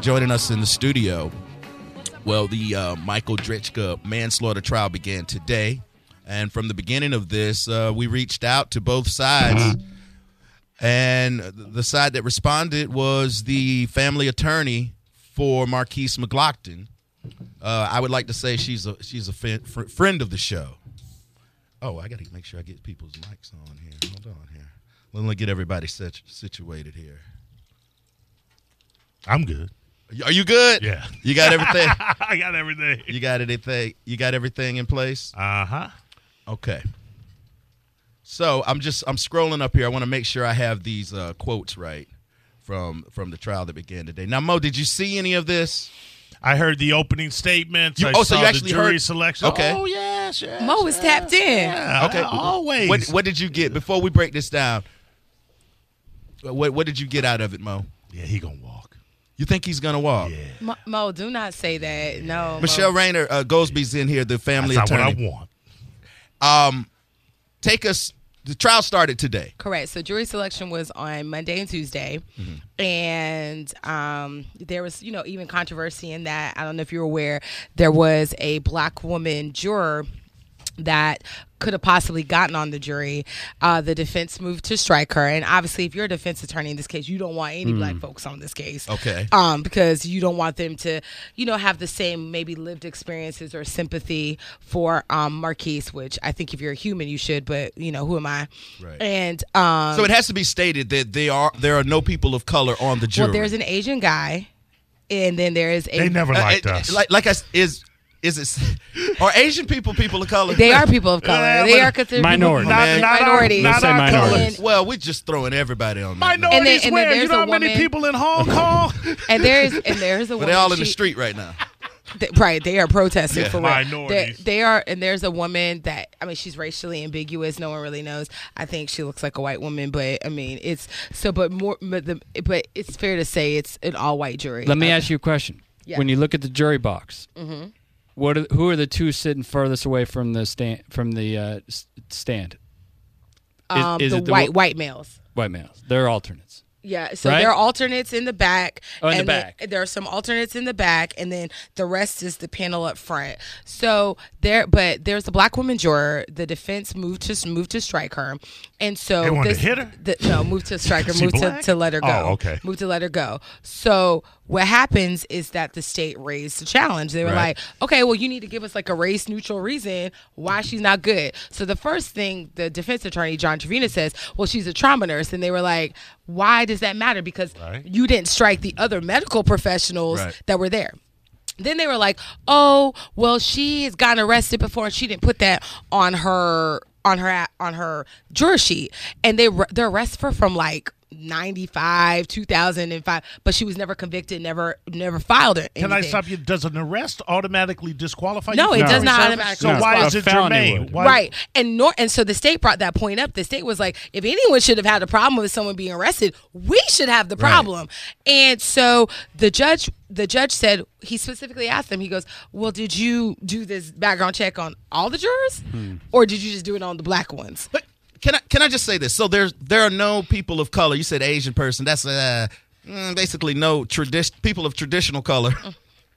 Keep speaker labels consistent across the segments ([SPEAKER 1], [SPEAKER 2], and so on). [SPEAKER 1] joining us in the studio. Well, the uh, Michael Dritchka manslaughter trial began today. And from the beginning of this, uh, we reached out to both sides. And the side that responded was the family attorney for Marquise McLaughlin. Uh, I would like to say she's a she's a fin- fr- friend of the show. Oh, I got to make sure I get people's mics on here. Hold on here. Let me get everybody sit- situated here.
[SPEAKER 2] I'm good.
[SPEAKER 1] Are you good?
[SPEAKER 2] Yeah.
[SPEAKER 1] You got everything.
[SPEAKER 2] I got everything.
[SPEAKER 1] you got anything? You got everything in place?
[SPEAKER 2] Uh huh.
[SPEAKER 1] Okay. So I'm just I'm scrolling up here. I want to make sure I have these uh, quotes right from from the trial that began today. Now, Mo, did you see any of this?
[SPEAKER 2] I heard the opening statements.
[SPEAKER 1] You-
[SPEAKER 2] I
[SPEAKER 1] oh, so
[SPEAKER 2] saw
[SPEAKER 1] you actually
[SPEAKER 2] the jury
[SPEAKER 1] heard-
[SPEAKER 2] selection.
[SPEAKER 1] okay.
[SPEAKER 2] Oh yes, yes.
[SPEAKER 3] Mo is tapped in.
[SPEAKER 2] Yeah,
[SPEAKER 1] Okay.
[SPEAKER 2] Always.
[SPEAKER 1] What What did you get before we break this down? What What did you get out of it, Mo?
[SPEAKER 2] Yeah, he gonna walk.
[SPEAKER 1] You think he's gonna walk?
[SPEAKER 2] Yeah.
[SPEAKER 3] Mo, Mo, do not say that. No, Mo.
[SPEAKER 1] Michelle Rayner uh, Goldsby's in here, the family
[SPEAKER 2] That's not what I
[SPEAKER 1] attorney.
[SPEAKER 2] want.
[SPEAKER 1] Um, take us. The trial started today.
[SPEAKER 3] Correct. So jury selection was on Monday and Tuesday,
[SPEAKER 1] Mm-hmm.
[SPEAKER 3] and um, there was, you know, even controversy in that. I don't know if you're aware, there was a black woman juror that could have possibly gotten on the jury. Uh, the defense moved to strike her, and obviously, if you're a defense attorney in this case, you don't want any black folks on this case.
[SPEAKER 1] Mm-hmm. Okay.
[SPEAKER 3] um, because you don't want them to, you know, have the same maybe lived experiences or sympathy for um, Marquise, which I think if you're a human, you should, but you know, who am I?
[SPEAKER 1] Right.
[SPEAKER 3] And um,
[SPEAKER 1] So it has to be stated that they are there are no people of color on the jury.
[SPEAKER 3] well, there's an Asian guy, and then there is a.
[SPEAKER 2] They never
[SPEAKER 1] Uh,
[SPEAKER 2] liked
[SPEAKER 1] it-
[SPEAKER 2] us.
[SPEAKER 1] Like, like I s- is is it are Asian people people of color?
[SPEAKER 3] They are people of color.
[SPEAKER 2] Yeah,
[SPEAKER 3] they
[SPEAKER 2] but-
[SPEAKER 3] are considered
[SPEAKER 4] Minority.
[SPEAKER 3] People,
[SPEAKER 2] not,
[SPEAKER 1] man.
[SPEAKER 2] not
[SPEAKER 3] minorities.
[SPEAKER 2] Our,
[SPEAKER 4] You
[SPEAKER 2] not
[SPEAKER 4] say
[SPEAKER 2] our
[SPEAKER 4] minorities.
[SPEAKER 2] colors.
[SPEAKER 1] Well, we're just throwing everybody on. that.
[SPEAKER 2] Minorities
[SPEAKER 3] And then- and then
[SPEAKER 2] where? You
[SPEAKER 3] there's
[SPEAKER 2] know
[SPEAKER 3] a
[SPEAKER 2] how many
[SPEAKER 3] woman-
[SPEAKER 2] people in Hong Kong?
[SPEAKER 3] and there is and there is a.
[SPEAKER 1] But
[SPEAKER 3] woman,
[SPEAKER 1] they're all in the
[SPEAKER 3] she-
[SPEAKER 1] street right now.
[SPEAKER 3] th- right they are protesting
[SPEAKER 1] Yeah.
[SPEAKER 3] for real they,
[SPEAKER 2] Minorities.
[SPEAKER 3] they are and there's a woman that i mean she's racially ambiguous no one really knows i think she looks like a white woman but i mean it's so but more but, the, but it's fair to say it's an all-white jury
[SPEAKER 4] Let me
[SPEAKER 3] Uh,
[SPEAKER 4] ask you a question.
[SPEAKER 3] Yeah. Mm-hmm.
[SPEAKER 4] When you look at the jury box, what are, who are the two sitting furthest away from the stand? From the uh, s- stand, is-
[SPEAKER 3] um,
[SPEAKER 4] is
[SPEAKER 3] the
[SPEAKER 4] it the
[SPEAKER 3] white
[SPEAKER 4] wo-
[SPEAKER 3] white males
[SPEAKER 4] white males. They're alternates.
[SPEAKER 3] yeah, so
[SPEAKER 4] Right?
[SPEAKER 3] there are alternates in the back.
[SPEAKER 4] Oh, in the
[SPEAKER 3] and then-
[SPEAKER 4] back.
[SPEAKER 3] there are some alternates in the back, and then the rest is the panel up front. So there, but there's a black woman juror. The defense moved to moved to strike her, and so
[SPEAKER 2] They wanted to
[SPEAKER 3] this-
[SPEAKER 2] hit her?
[SPEAKER 3] the- no, moved to strike her.
[SPEAKER 2] She
[SPEAKER 3] moved to,
[SPEAKER 2] black?
[SPEAKER 3] to let her go.
[SPEAKER 2] Oh, okay.
[SPEAKER 3] Moved to let her go. So what happens is that the state raised the challenge. They were
[SPEAKER 1] Right.
[SPEAKER 3] like, okay, well, you need to give us like a race neutral reason why she's not good. So the first thing the defense attorney John Trevina says, well, she's a trauma nurse, and they were like, why does that matter? Because
[SPEAKER 2] Right.
[SPEAKER 3] you didn't strike the other medical professionals
[SPEAKER 1] Right.
[SPEAKER 3] that were there. Then they were like, "Oh, well, she has gotten arrested before, and she didn't put that on her on her on her juror sheet." And they they arrest her from like. 95 2005 but she was never convicted never never filed it
[SPEAKER 2] Can I stop you? Does an arrest automatically disqualify
[SPEAKER 3] No,
[SPEAKER 2] you? from
[SPEAKER 3] it does
[SPEAKER 2] jury
[SPEAKER 3] not
[SPEAKER 2] service?
[SPEAKER 3] automatically
[SPEAKER 2] So why
[SPEAKER 4] No,
[SPEAKER 2] is
[SPEAKER 4] a
[SPEAKER 2] it
[SPEAKER 4] felony
[SPEAKER 2] germane?
[SPEAKER 4] would.
[SPEAKER 2] Why-
[SPEAKER 3] right and nor and so the state brought that point up the state was like if anyone should have had a problem with someone being arrested we should have the problem and so the judge the judge said he specifically asked them he goes well did you do this background check on all the jurors or did you just do it on the black ones
[SPEAKER 1] Hmm. But can I can I just say this? So there's there are no people of color. You said Asian person. That's uh, mm, basically no tradition people of traditional color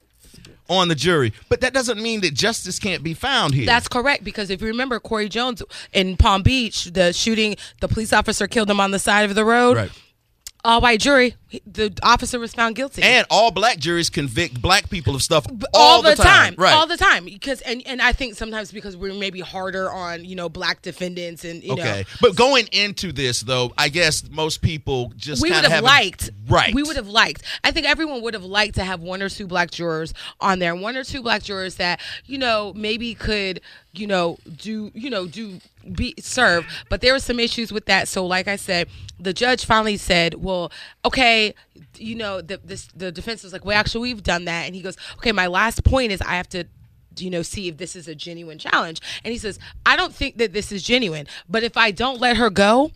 [SPEAKER 1] on the jury. But that doesn't mean that justice can't be found here.
[SPEAKER 3] That's correct because if you remember Corey Jones in Palm Beach, the shooting, the police officer killed him on the side of the road.
[SPEAKER 1] right.
[SPEAKER 3] All white jury, he- the officer was found guilty.
[SPEAKER 1] And all black juries convict black people of stuff all,
[SPEAKER 3] all, the, time,
[SPEAKER 1] Right.
[SPEAKER 3] all the time because and and I think sometimes because we're maybe harder on you know black defendants and you
[SPEAKER 1] okay.
[SPEAKER 3] know
[SPEAKER 1] But going into this though, I guess most people just
[SPEAKER 3] we
[SPEAKER 1] kinda
[SPEAKER 3] would have
[SPEAKER 1] haven't-
[SPEAKER 3] liked
[SPEAKER 1] right.
[SPEAKER 3] we would have liked I think everyone would have liked to have one or two black jurors on there one or two black jurors that you know maybe could you know do you know do be serve but there were some issues with that so like I said the judge finally said well okay you know the this the defense was like well actually we've done that and he goes okay my last point is I have to do you know, see if this is a genuine challenge. And he says, I don't think that this is genuine, but if I don't let her go,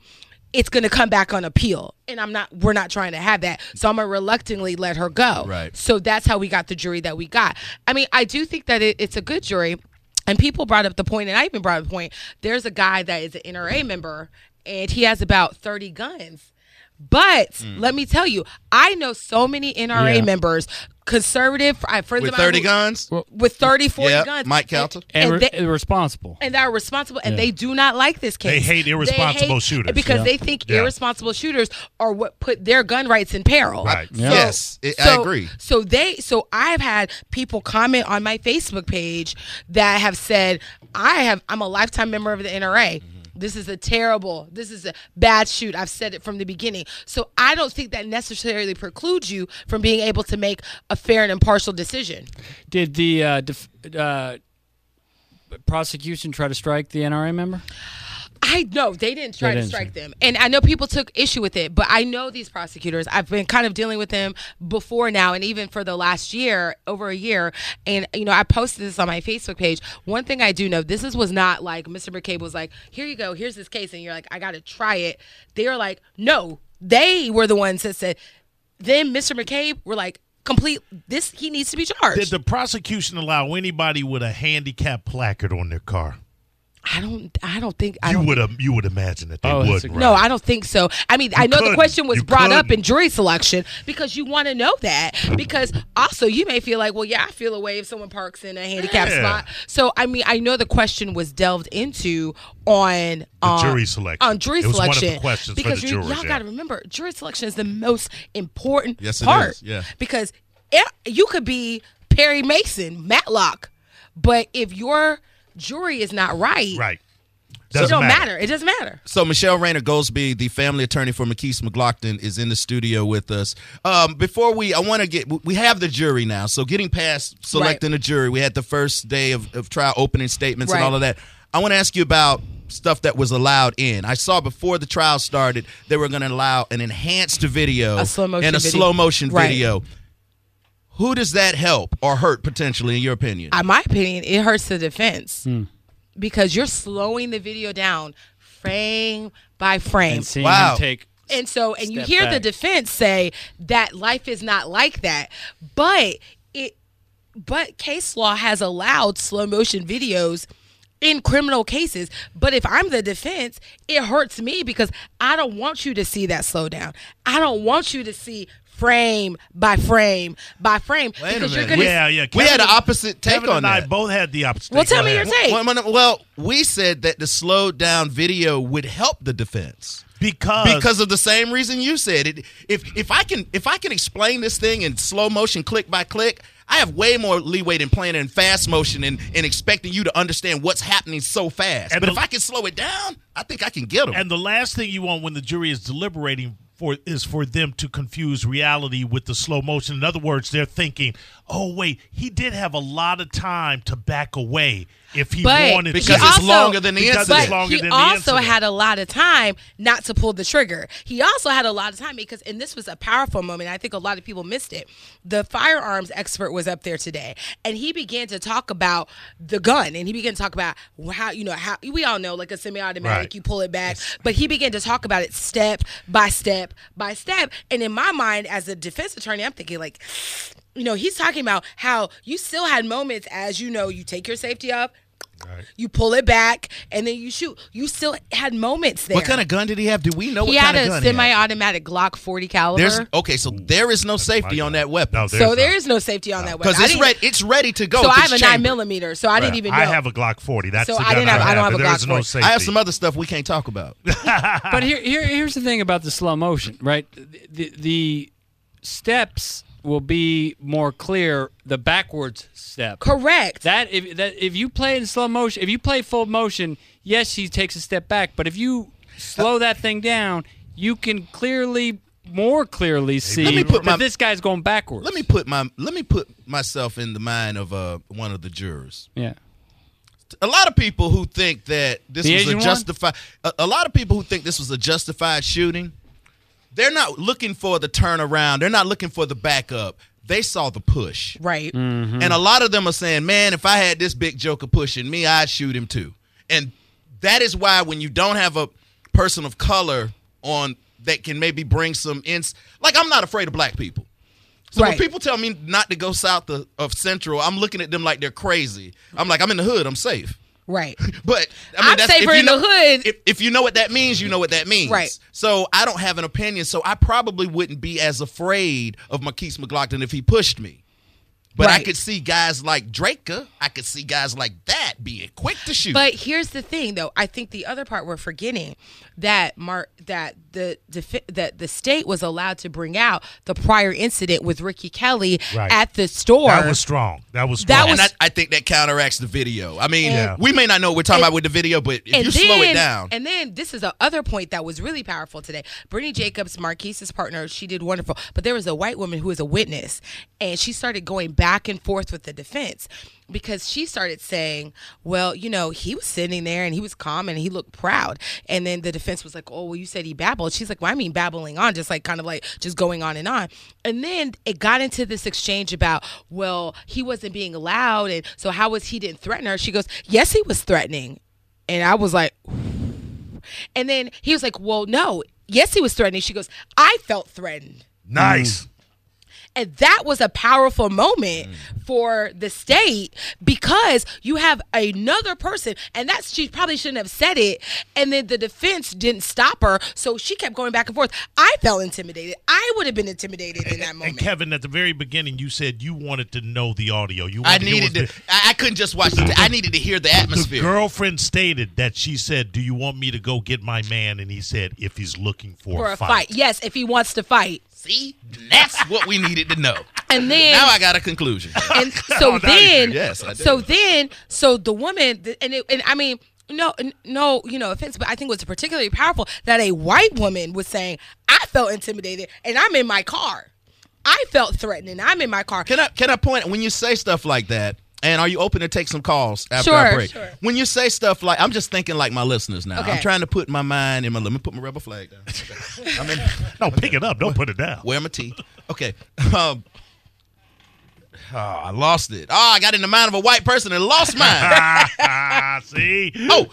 [SPEAKER 3] it's going to come back on appeal. And I'm not, we're not trying to have that. So I'm going to reluctantly let her go.
[SPEAKER 1] Right.
[SPEAKER 3] So that's how we got the jury that we got. I mean, I do think that it, it's a good jury. And people brought up the point, and I even brought up the point there's a guy that is an NRA member, and he has about 30 guns. But
[SPEAKER 1] Hmm.
[SPEAKER 3] let me tell you, I know so many NRA
[SPEAKER 4] Yeah.
[SPEAKER 3] members, conservative I- friends
[SPEAKER 1] with
[SPEAKER 3] of mine
[SPEAKER 1] 30
[SPEAKER 3] who-
[SPEAKER 1] guns.
[SPEAKER 3] with 30, 40
[SPEAKER 1] Yeah,
[SPEAKER 3] guns.
[SPEAKER 1] Mike
[SPEAKER 3] And-
[SPEAKER 1] Calter.
[SPEAKER 4] and,
[SPEAKER 3] and
[SPEAKER 4] re-
[SPEAKER 3] they-
[SPEAKER 4] responsible.
[SPEAKER 3] and they're responsible, and they do not like this case.
[SPEAKER 2] They hate irresponsible
[SPEAKER 3] hate-
[SPEAKER 2] shooters.
[SPEAKER 3] because
[SPEAKER 2] Yeah.
[SPEAKER 3] they think
[SPEAKER 2] Yeah.
[SPEAKER 3] irresponsible shooters are what put their gun rights in peril.
[SPEAKER 2] Right.
[SPEAKER 4] Yeah.
[SPEAKER 1] Yes, it, I
[SPEAKER 3] So-
[SPEAKER 1] agree.
[SPEAKER 3] So they, so I've had people comment on my Facebook page that have said, "I have, I'm a lifetime member of the NRA.
[SPEAKER 2] Mm-hmm.
[SPEAKER 3] This is a terrible, this is a bad shoot. I've said it from the beginning. So I don't think that necessarily precludes you from being able to make a fair and impartial decision.
[SPEAKER 4] Did the uh, def- uh, prosecution try to strike the NRA member?
[SPEAKER 3] I know they didn't try
[SPEAKER 4] They
[SPEAKER 3] to
[SPEAKER 4] didn't
[SPEAKER 3] strike
[SPEAKER 4] try.
[SPEAKER 3] them, and I know people took issue with it. But I know these prosecutors. I've been kind of dealing with them before now, and even for the last year, over a year. And you know, I posted this on my Facebook page. One thing I do know, this is was not like Mr. McCabe was like, "Here you go, here's this case," and you're like, "I got to try it." They were like, "No," they were the ones that said. Then Mr. McCabe were like, "Complete this. He needs to be charged."
[SPEAKER 2] Did the prosecution allow anybody with a handicap placard on their car?
[SPEAKER 3] I don't. I don't think. I
[SPEAKER 2] You
[SPEAKER 3] don't
[SPEAKER 2] would have. You would imagine that they
[SPEAKER 4] Oh,
[SPEAKER 2] would.
[SPEAKER 4] that's
[SPEAKER 2] right?
[SPEAKER 4] a-
[SPEAKER 3] No, I don't think so. I mean, I know the
[SPEAKER 2] couldn't.
[SPEAKER 3] question was
[SPEAKER 2] You
[SPEAKER 3] brought up in
[SPEAKER 2] couldn't.
[SPEAKER 3] jury selection because you want to know that. Because also, you may feel like, well, yeah, I feel a way if someone parks in a handicapped
[SPEAKER 2] Yeah.
[SPEAKER 3] spot. So, I mean, I know the question was delved into on uh,
[SPEAKER 2] jury selection.
[SPEAKER 3] On jury
[SPEAKER 2] It was one of the
[SPEAKER 3] selection,
[SPEAKER 2] questions for
[SPEAKER 3] because
[SPEAKER 2] the
[SPEAKER 3] you,
[SPEAKER 2] jurors,
[SPEAKER 3] all
[SPEAKER 2] yeah.
[SPEAKER 3] got to remember, jury selection is the most important
[SPEAKER 1] Yes, it
[SPEAKER 3] part.
[SPEAKER 1] is, yeah.
[SPEAKER 3] because it, you could be Perry Mason, Matlock, but if your jury is not right,
[SPEAKER 2] Right.
[SPEAKER 3] it
[SPEAKER 2] Doesn't
[SPEAKER 3] don't matter. It doesn't matter.
[SPEAKER 1] So Michelle Rayner Goldsby, the family attorney for McKees McLaughlin, is in the studio with us. Um, before we, I want to get, we have the jury now. So getting past selecting the jury, we had the first day of, of trial opening statements and
[SPEAKER 3] Right.
[SPEAKER 1] all of that. I want to ask you about stuff that was allowed in. I saw before the trial started, they were going to allow an enhanced video
[SPEAKER 3] A slow motion
[SPEAKER 1] and a
[SPEAKER 3] video.
[SPEAKER 1] slow motion
[SPEAKER 3] Right.
[SPEAKER 1] video. Who does that help or hurt potentially, in your opinion?
[SPEAKER 3] in my opinion, it hurts the defense because you're slowing the video down frame by frame.
[SPEAKER 4] And seeing
[SPEAKER 1] Wow.
[SPEAKER 4] him take.
[SPEAKER 3] And so, and you
[SPEAKER 4] Step
[SPEAKER 3] hear the
[SPEAKER 4] back.
[SPEAKER 3] defense say that life is not like that, but it, but case law has allowed slow motion videos in criminal cases. But if I'm the defense, it hurts me because I don't want you to see that slowdown. I don't want you to see frame by frame by frame
[SPEAKER 1] Wait a
[SPEAKER 3] because you're
[SPEAKER 1] minute.
[SPEAKER 3] going to.
[SPEAKER 2] Yeah, yeah.
[SPEAKER 1] we had
[SPEAKER 2] Kevin
[SPEAKER 1] the
[SPEAKER 2] and-
[SPEAKER 1] opposite take
[SPEAKER 2] Kevin
[SPEAKER 1] on
[SPEAKER 2] and
[SPEAKER 1] that.
[SPEAKER 2] I both had the opposite.
[SPEAKER 3] Well,
[SPEAKER 2] take
[SPEAKER 3] tell
[SPEAKER 2] on
[SPEAKER 3] me your
[SPEAKER 2] that.
[SPEAKER 3] take.
[SPEAKER 1] Well, no, no, well, we said that the slowed down video would help the defense
[SPEAKER 2] Because
[SPEAKER 1] because of the same reason you said it. If if I can if I can explain this thing in slow motion, click by click, I have way more leeway than playing it in fast motion and, and expecting you to understand what's happening so fast.
[SPEAKER 2] And
[SPEAKER 1] but
[SPEAKER 2] the-
[SPEAKER 1] if I can slow it down, I think I can get them.
[SPEAKER 2] And the last thing you want when the jury is deliberating for is for them to confuse reality with the slow motion. In other words, they're thinking, "Oh wait, he did have a lot of time to back away if he
[SPEAKER 3] But
[SPEAKER 2] wanted
[SPEAKER 1] because
[SPEAKER 3] he
[SPEAKER 2] to."
[SPEAKER 1] it's
[SPEAKER 3] also-
[SPEAKER 1] longer than the
[SPEAKER 2] Because it's
[SPEAKER 1] incident.
[SPEAKER 2] long- longer
[SPEAKER 3] he
[SPEAKER 2] than the
[SPEAKER 3] also
[SPEAKER 2] incident.
[SPEAKER 3] had a lot of time not to pull the trigger. He also had a lot of time because, and this was a powerful moment. I think a lot of people missed it. The firearms expert was up there today, and he began to talk about the gun, and he began to talk about how you know how we all know like a semi-automatic,
[SPEAKER 2] Right.
[SPEAKER 3] you pull it back, but he began to talk about it step by step by step. And in my mind, as a defense attorney, I'm thinking like you know, he's talking about how you still had moments as you know, you take your safety up, you pull it back, and then you shoot. You still had moments there.
[SPEAKER 1] what kind of gun did he have? Do we know
[SPEAKER 3] He
[SPEAKER 1] what
[SPEAKER 3] had
[SPEAKER 1] kind of
[SPEAKER 3] a
[SPEAKER 1] gun he had?
[SPEAKER 3] semi-automatic Glock 40 caliber.
[SPEAKER 1] There's oh, okay, so there is no safety on that weapon.
[SPEAKER 2] No,
[SPEAKER 3] so
[SPEAKER 2] not.
[SPEAKER 3] there is no safety on that weapon.
[SPEAKER 1] because
[SPEAKER 3] I
[SPEAKER 1] it's
[SPEAKER 3] didn't-
[SPEAKER 1] ready, it's ready to go.
[SPEAKER 3] So
[SPEAKER 1] if
[SPEAKER 3] I
[SPEAKER 1] it's
[SPEAKER 3] have a nine
[SPEAKER 1] chambered.
[SPEAKER 3] millimeter. So I didn't even know.
[SPEAKER 2] I have a Glock 40. That's
[SPEAKER 3] So
[SPEAKER 2] the
[SPEAKER 3] I
[SPEAKER 2] gun
[SPEAKER 3] didn't have- I don't have a
[SPEAKER 2] but There's
[SPEAKER 3] Glock
[SPEAKER 2] no
[SPEAKER 3] 40.
[SPEAKER 2] safety.
[SPEAKER 1] I have some other stuff we can't talk about.
[SPEAKER 4] But here, here, here's the thing about the slow motion, right? The, the, the steps will be more clear. The backwards step.
[SPEAKER 3] correct.
[SPEAKER 4] That if that if you play in slow motion, if you play full motion, yes, he takes a step back. But if you slow that thing down, you can clearly, more clearly see
[SPEAKER 1] Let me put
[SPEAKER 4] that
[SPEAKER 1] my-
[SPEAKER 4] this guy's going backwards.
[SPEAKER 1] Let me put my let me put myself in the mind of uh, one of the jurors.
[SPEAKER 4] Yeah.
[SPEAKER 1] A lot of people who think that this
[SPEAKER 4] The
[SPEAKER 1] was
[SPEAKER 4] Asian
[SPEAKER 1] a
[SPEAKER 4] one?
[SPEAKER 1] justified a, a lot of people who think this was a justified shooting, they're not looking for the turnaround. They're not looking for the backup. They saw the push.
[SPEAKER 3] right.
[SPEAKER 4] Mm-hmm.
[SPEAKER 1] And a lot of them are saying, "Man, if I had this big joker pushing me, I'd shoot him too." And that is why when you don't have a person of color on that can maybe bring some ins like I'm not afraid of black people. So when
[SPEAKER 3] Right.
[SPEAKER 1] people tell me not to go south of, of Central, I'm looking at them like they're crazy. I'm like, I'm in the hood, I'm safe.
[SPEAKER 3] Right.
[SPEAKER 1] But I
[SPEAKER 3] I'm
[SPEAKER 1] mean, that's,
[SPEAKER 3] safer
[SPEAKER 1] if you
[SPEAKER 3] in
[SPEAKER 1] know,
[SPEAKER 3] the hood.
[SPEAKER 1] If, if you know what that means, you know what that means.
[SPEAKER 3] Right.
[SPEAKER 1] So I don't have an opinion. So I probably wouldn't be as afraid of Marquise McLaughlin if he pushed me. But I
[SPEAKER 3] Right.
[SPEAKER 1] could see guys like Draker. I could see guys like that being quick to shoot.
[SPEAKER 3] But here's the thing, though. I think the other part we're forgetting that Mar- that the defi- that the state was allowed to bring out the prior incident with Ricky Kelly
[SPEAKER 2] Right.
[SPEAKER 3] at the store.
[SPEAKER 2] That was strong. That was
[SPEAKER 3] That
[SPEAKER 2] strong.
[SPEAKER 1] and I,
[SPEAKER 3] was-
[SPEAKER 1] I think that counteracts the video. I mean,
[SPEAKER 2] Yeah.
[SPEAKER 1] we may not know what we're talking about with the video, but if you slow it down,
[SPEAKER 3] And then this is the other point that was really powerful today. Brittany Jacobs, Marquise's partner, she did wonderful. But there was a white woman who was a witness, and she started going back and forth with the defense because she started saying, "Well, you know, he was sitting there and he was calm and he looked proud." And then the defense was like, "Oh, well, you said he babbled." She's like, "Well, I mean babbling on, just like kind of like just going on and on." And then it got into this exchange about, "Well, he wasn't being loud, and so how was he didn't threaten her?" She goes, "Yes, he was threatening." And I was like, and then he was like, Well, no. Yes, he was threatening. She goes, I felt threatened. Mm.
[SPEAKER 2] nice.
[SPEAKER 3] And that was a powerful moment for the state because you have another person, and that's she probably shouldn't have said it. And then the defense didn't stop her, so she kept going back and forth. I felt intimidated. I would have been intimidated in that
[SPEAKER 2] And
[SPEAKER 3] moment.
[SPEAKER 2] Kevin, at the very beginning, you said you wanted to know the audio. You
[SPEAKER 1] I
[SPEAKER 2] wanted hear
[SPEAKER 1] needed to.
[SPEAKER 2] what's-
[SPEAKER 1] I, I couldn't just watch. The, I needed to hear the
[SPEAKER 2] The
[SPEAKER 1] atmosphere.
[SPEAKER 2] girlfriend stated that she said, "Do you want me to go get my man?" And he said, "If he's looking for,
[SPEAKER 3] for a fight. Yes, if he wants to fight.
[SPEAKER 1] See, that's what we needed to know.
[SPEAKER 3] And then
[SPEAKER 1] Now I got a conclusion.
[SPEAKER 3] and so
[SPEAKER 2] now you
[SPEAKER 3] then,
[SPEAKER 1] Oh, do. Yes, I do.
[SPEAKER 3] so then, so the woman, th- and it, and I mean, no, n- no, you know, offense, but I think it was particularly powerful that a white woman was saying, "I felt intimidated, and I'm in my car. I felt threatened, and I'm in my car."
[SPEAKER 1] Can I can I point when you say stuff like that? And are you open to take some calls after our
[SPEAKER 3] Sure,
[SPEAKER 1] break?
[SPEAKER 3] sure.
[SPEAKER 1] When you say stuff like, I'm just thinking like my listeners now. I'm
[SPEAKER 3] Okay.
[SPEAKER 1] trying to put my mind in my. Let me put my rubber flag down. I'm in.
[SPEAKER 2] No, pick it up. Don't put it down.
[SPEAKER 1] Wear my teeth. Okay. Um, oh, I lost it. Oh, I got in the mind of a white person and lost mine.
[SPEAKER 2] Ah, see,
[SPEAKER 1] oh,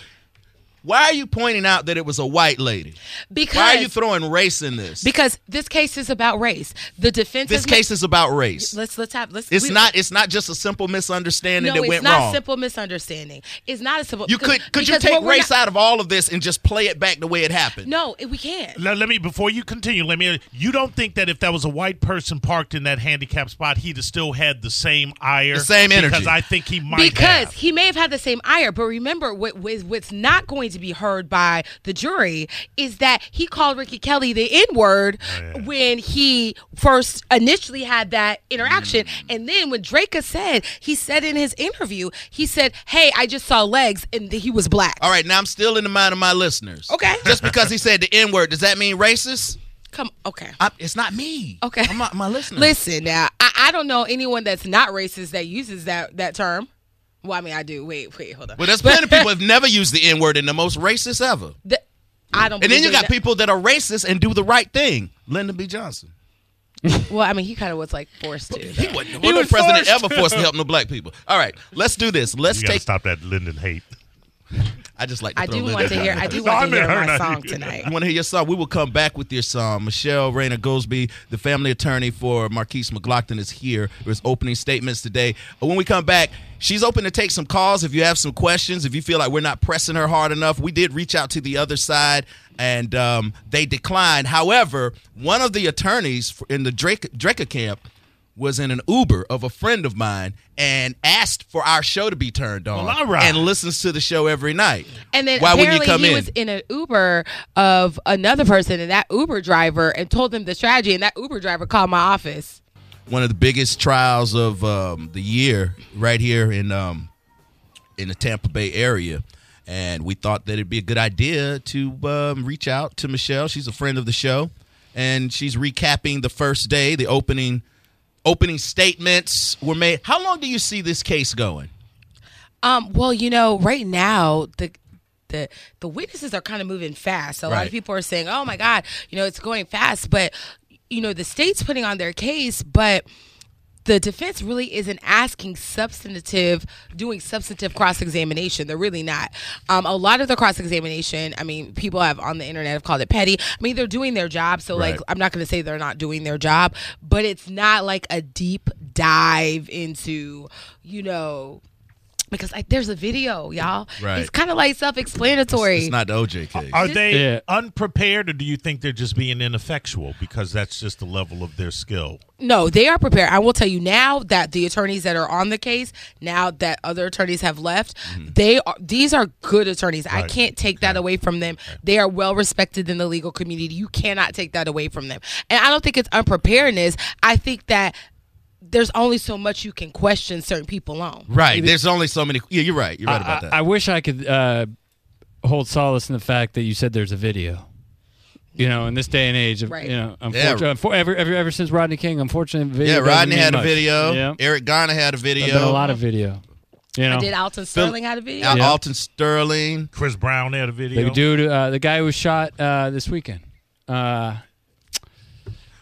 [SPEAKER 1] why are you pointing out that it was a white lady?
[SPEAKER 3] because
[SPEAKER 1] Why are you throwing race in this?
[SPEAKER 3] because this case is about race. The defense.
[SPEAKER 1] this
[SPEAKER 3] is ma-
[SPEAKER 1] case is about race.
[SPEAKER 3] Let's let's have let's.
[SPEAKER 1] It's
[SPEAKER 3] we-
[SPEAKER 1] not. It's not just a simple misunderstanding
[SPEAKER 3] No,
[SPEAKER 1] that
[SPEAKER 3] it's
[SPEAKER 1] went
[SPEAKER 3] not
[SPEAKER 1] wrong.
[SPEAKER 3] simple misunderstanding. It's not a simple.
[SPEAKER 1] You could. Could you
[SPEAKER 3] because
[SPEAKER 1] take
[SPEAKER 3] what we're
[SPEAKER 1] race
[SPEAKER 3] not-
[SPEAKER 1] out of all of this and just play it back the way it happened?
[SPEAKER 3] No, it- we can't.
[SPEAKER 2] Now, let me before you continue. Let me. You don't think that if that was a white person parked in that handicap spot, he'd have still had the same ire,
[SPEAKER 1] The same energy.
[SPEAKER 2] Because I think he might
[SPEAKER 3] because
[SPEAKER 2] have.
[SPEAKER 3] he may have had the same ire but remember what was what's not going to be heard by the jury is that he called ricky kelly the n-word
[SPEAKER 1] Oh,
[SPEAKER 3] when he first initially had that interaction
[SPEAKER 1] Mm.
[SPEAKER 3] and then when draka said he said in his interview he said hey i just saw legs and that he was black
[SPEAKER 1] All right. Now I'm still in the mind of my listeners.
[SPEAKER 3] Okay.
[SPEAKER 1] Just because he said the N word, does that mean racist?
[SPEAKER 3] come okay
[SPEAKER 1] I, it's not me.
[SPEAKER 3] Okay.
[SPEAKER 1] I'm not my listeners.
[SPEAKER 3] listen now I, I don't know anyone that's not racist that uses that that term well i mean i do wait wait hold on
[SPEAKER 1] Well, there's plenty of people have never used the N word and the most racist ever.
[SPEAKER 3] The- I don't
[SPEAKER 1] And then
[SPEAKER 3] believe
[SPEAKER 1] you got
[SPEAKER 3] that-
[SPEAKER 1] people that are racist and do the right thing. Lyndon B. Johnson.
[SPEAKER 3] Well, I mean, he kind of was like forced to.
[SPEAKER 1] He wasn't, wasn't no
[SPEAKER 4] was
[SPEAKER 1] president
[SPEAKER 4] forced.
[SPEAKER 1] ever forced to help no black people. All right, let's do this. Let's
[SPEAKER 2] you got to
[SPEAKER 1] take.
[SPEAKER 2] stop that Lyndon hate.
[SPEAKER 1] I just like. To
[SPEAKER 3] I
[SPEAKER 1] throw
[SPEAKER 3] do want
[SPEAKER 1] Lyndon
[SPEAKER 3] to
[SPEAKER 1] out
[SPEAKER 3] hear.
[SPEAKER 1] there.
[SPEAKER 3] I do
[SPEAKER 2] No,
[SPEAKER 3] want
[SPEAKER 2] I'm
[SPEAKER 3] to
[SPEAKER 2] in
[SPEAKER 3] hear
[SPEAKER 2] her,
[SPEAKER 3] my
[SPEAKER 2] not
[SPEAKER 3] song
[SPEAKER 2] you.
[SPEAKER 1] You
[SPEAKER 3] tonight.
[SPEAKER 1] want to hear your song? We will come back with your song. Michelle Rayner Goldsby, the family attorney for Marquise McLaughlin, is here. There's opening statements today. When we come back, she's open to take some calls if you have some questions, if you feel like we're not pressing her hard enough. We did reach out to the other side and um, they declined. However, one of the attorneys f- in the Drake, Draker camp was in an Uber of a friend of mine and asked for our show to be turned on
[SPEAKER 2] all right.
[SPEAKER 1] and listens to the show every night.
[SPEAKER 3] And then
[SPEAKER 1] Why wouldn't
[SPEAKER 3] apparently
[SPEAKER 1] come
[SPEAKER 3] he
[SPEAKER 1] in?
[SPEAKER 3] was in an Uber of another person, and that Uber driver and told them the strategy, and that Uber driver called my office.
[SPEAKER 1] one of the biggest trials of um, the year right here in um, in the Tampa Bay area. And we thought that it'd be a good idea to um, reach out to Michelle. She's a friend of the show, and she's recapping the first day. The opening opening statements were made. How long do you see this case going?
[SPEAKER 3] Um. Well, you know, right now the. The, the witnesses are kind of moving fast. So a lot
[SPEAKER 1] Right.
[SPEAKER 3] of people are saying, "Oh my God, you know it's going fast," but you know the state's putting on their case, but the defense really isn't asking substantive, doing substantive cross examination. They're really not. Um, a lot of the cross examination, I mean, people have on the internet have called it petty. I mean, they're doing their job. So,
[SPEAKER 1] Right.
[SPEAKER 3] like, I'm not going to say they're not doing their job, but it's not like a deep dive into, you know, because like there's a video, y'all.
[SPEAKER 1] Right.
[SPEAKER 3] It's kind of like self-explanatory.
[SPEAKER 1] It's not the OJ case.
[SPEAKER 2] Are they
[SPEAKER 4] Yeah.
[SPEAKER 2] unprepared, or do you think they're just being ineffectual because that's just the level of their skill?
[SPEAKER 3] No, they are prepared. I will tell you now that the attorneys that are on the case, now that other attorneys have left,
[SPEAKER 1] Mm-hmm.
[SPEAKER 3] they are these are good attorneys. I can't take that away from them. They are well respected in the legal community. You cannot take that away from them. And I don't think it's unpreparedness. I think that there's only so much you can question certain people on.
[SPEAKER 1] right. There's only so many. Yeah, you're right. You're right about that.
[SPEAKER 4] I, I wish I could uh, hold solace in the fact that you said there's a video. You know, in this day and age, of,
[SPEAKER 3] Right.
[SPEAKER 4] you know, unfortunately, unfor- ever, ever, ever since Rodney King, unfortunately, video
[SPEAKER 1] yeah,
[SPEAKER 4] doesn't
[SPEAKER 1] Rodney
[SPEAKER 4] mean
[SPEAKER 1] had a
[SPEAKER 4] much.
[SPEAKER 1] video.
[SPEAKER 4] Yeah,
[SPEAKER 1] Eric Garner had a video.
[SPEAKER 4] There's been a lot of video. You know,
[SPEAKER 3] Did Alton Sterling have a video?
[SPEAKER 1] Al-
[SPEAKER 4] Yeah.
[SPEAKER 1] Alton Sterling.
[SPEAKER 2] Chris Brown had a video.
[SPEAKER 4] the dude, uh, the guy who was shot uh, this weekend. Uh,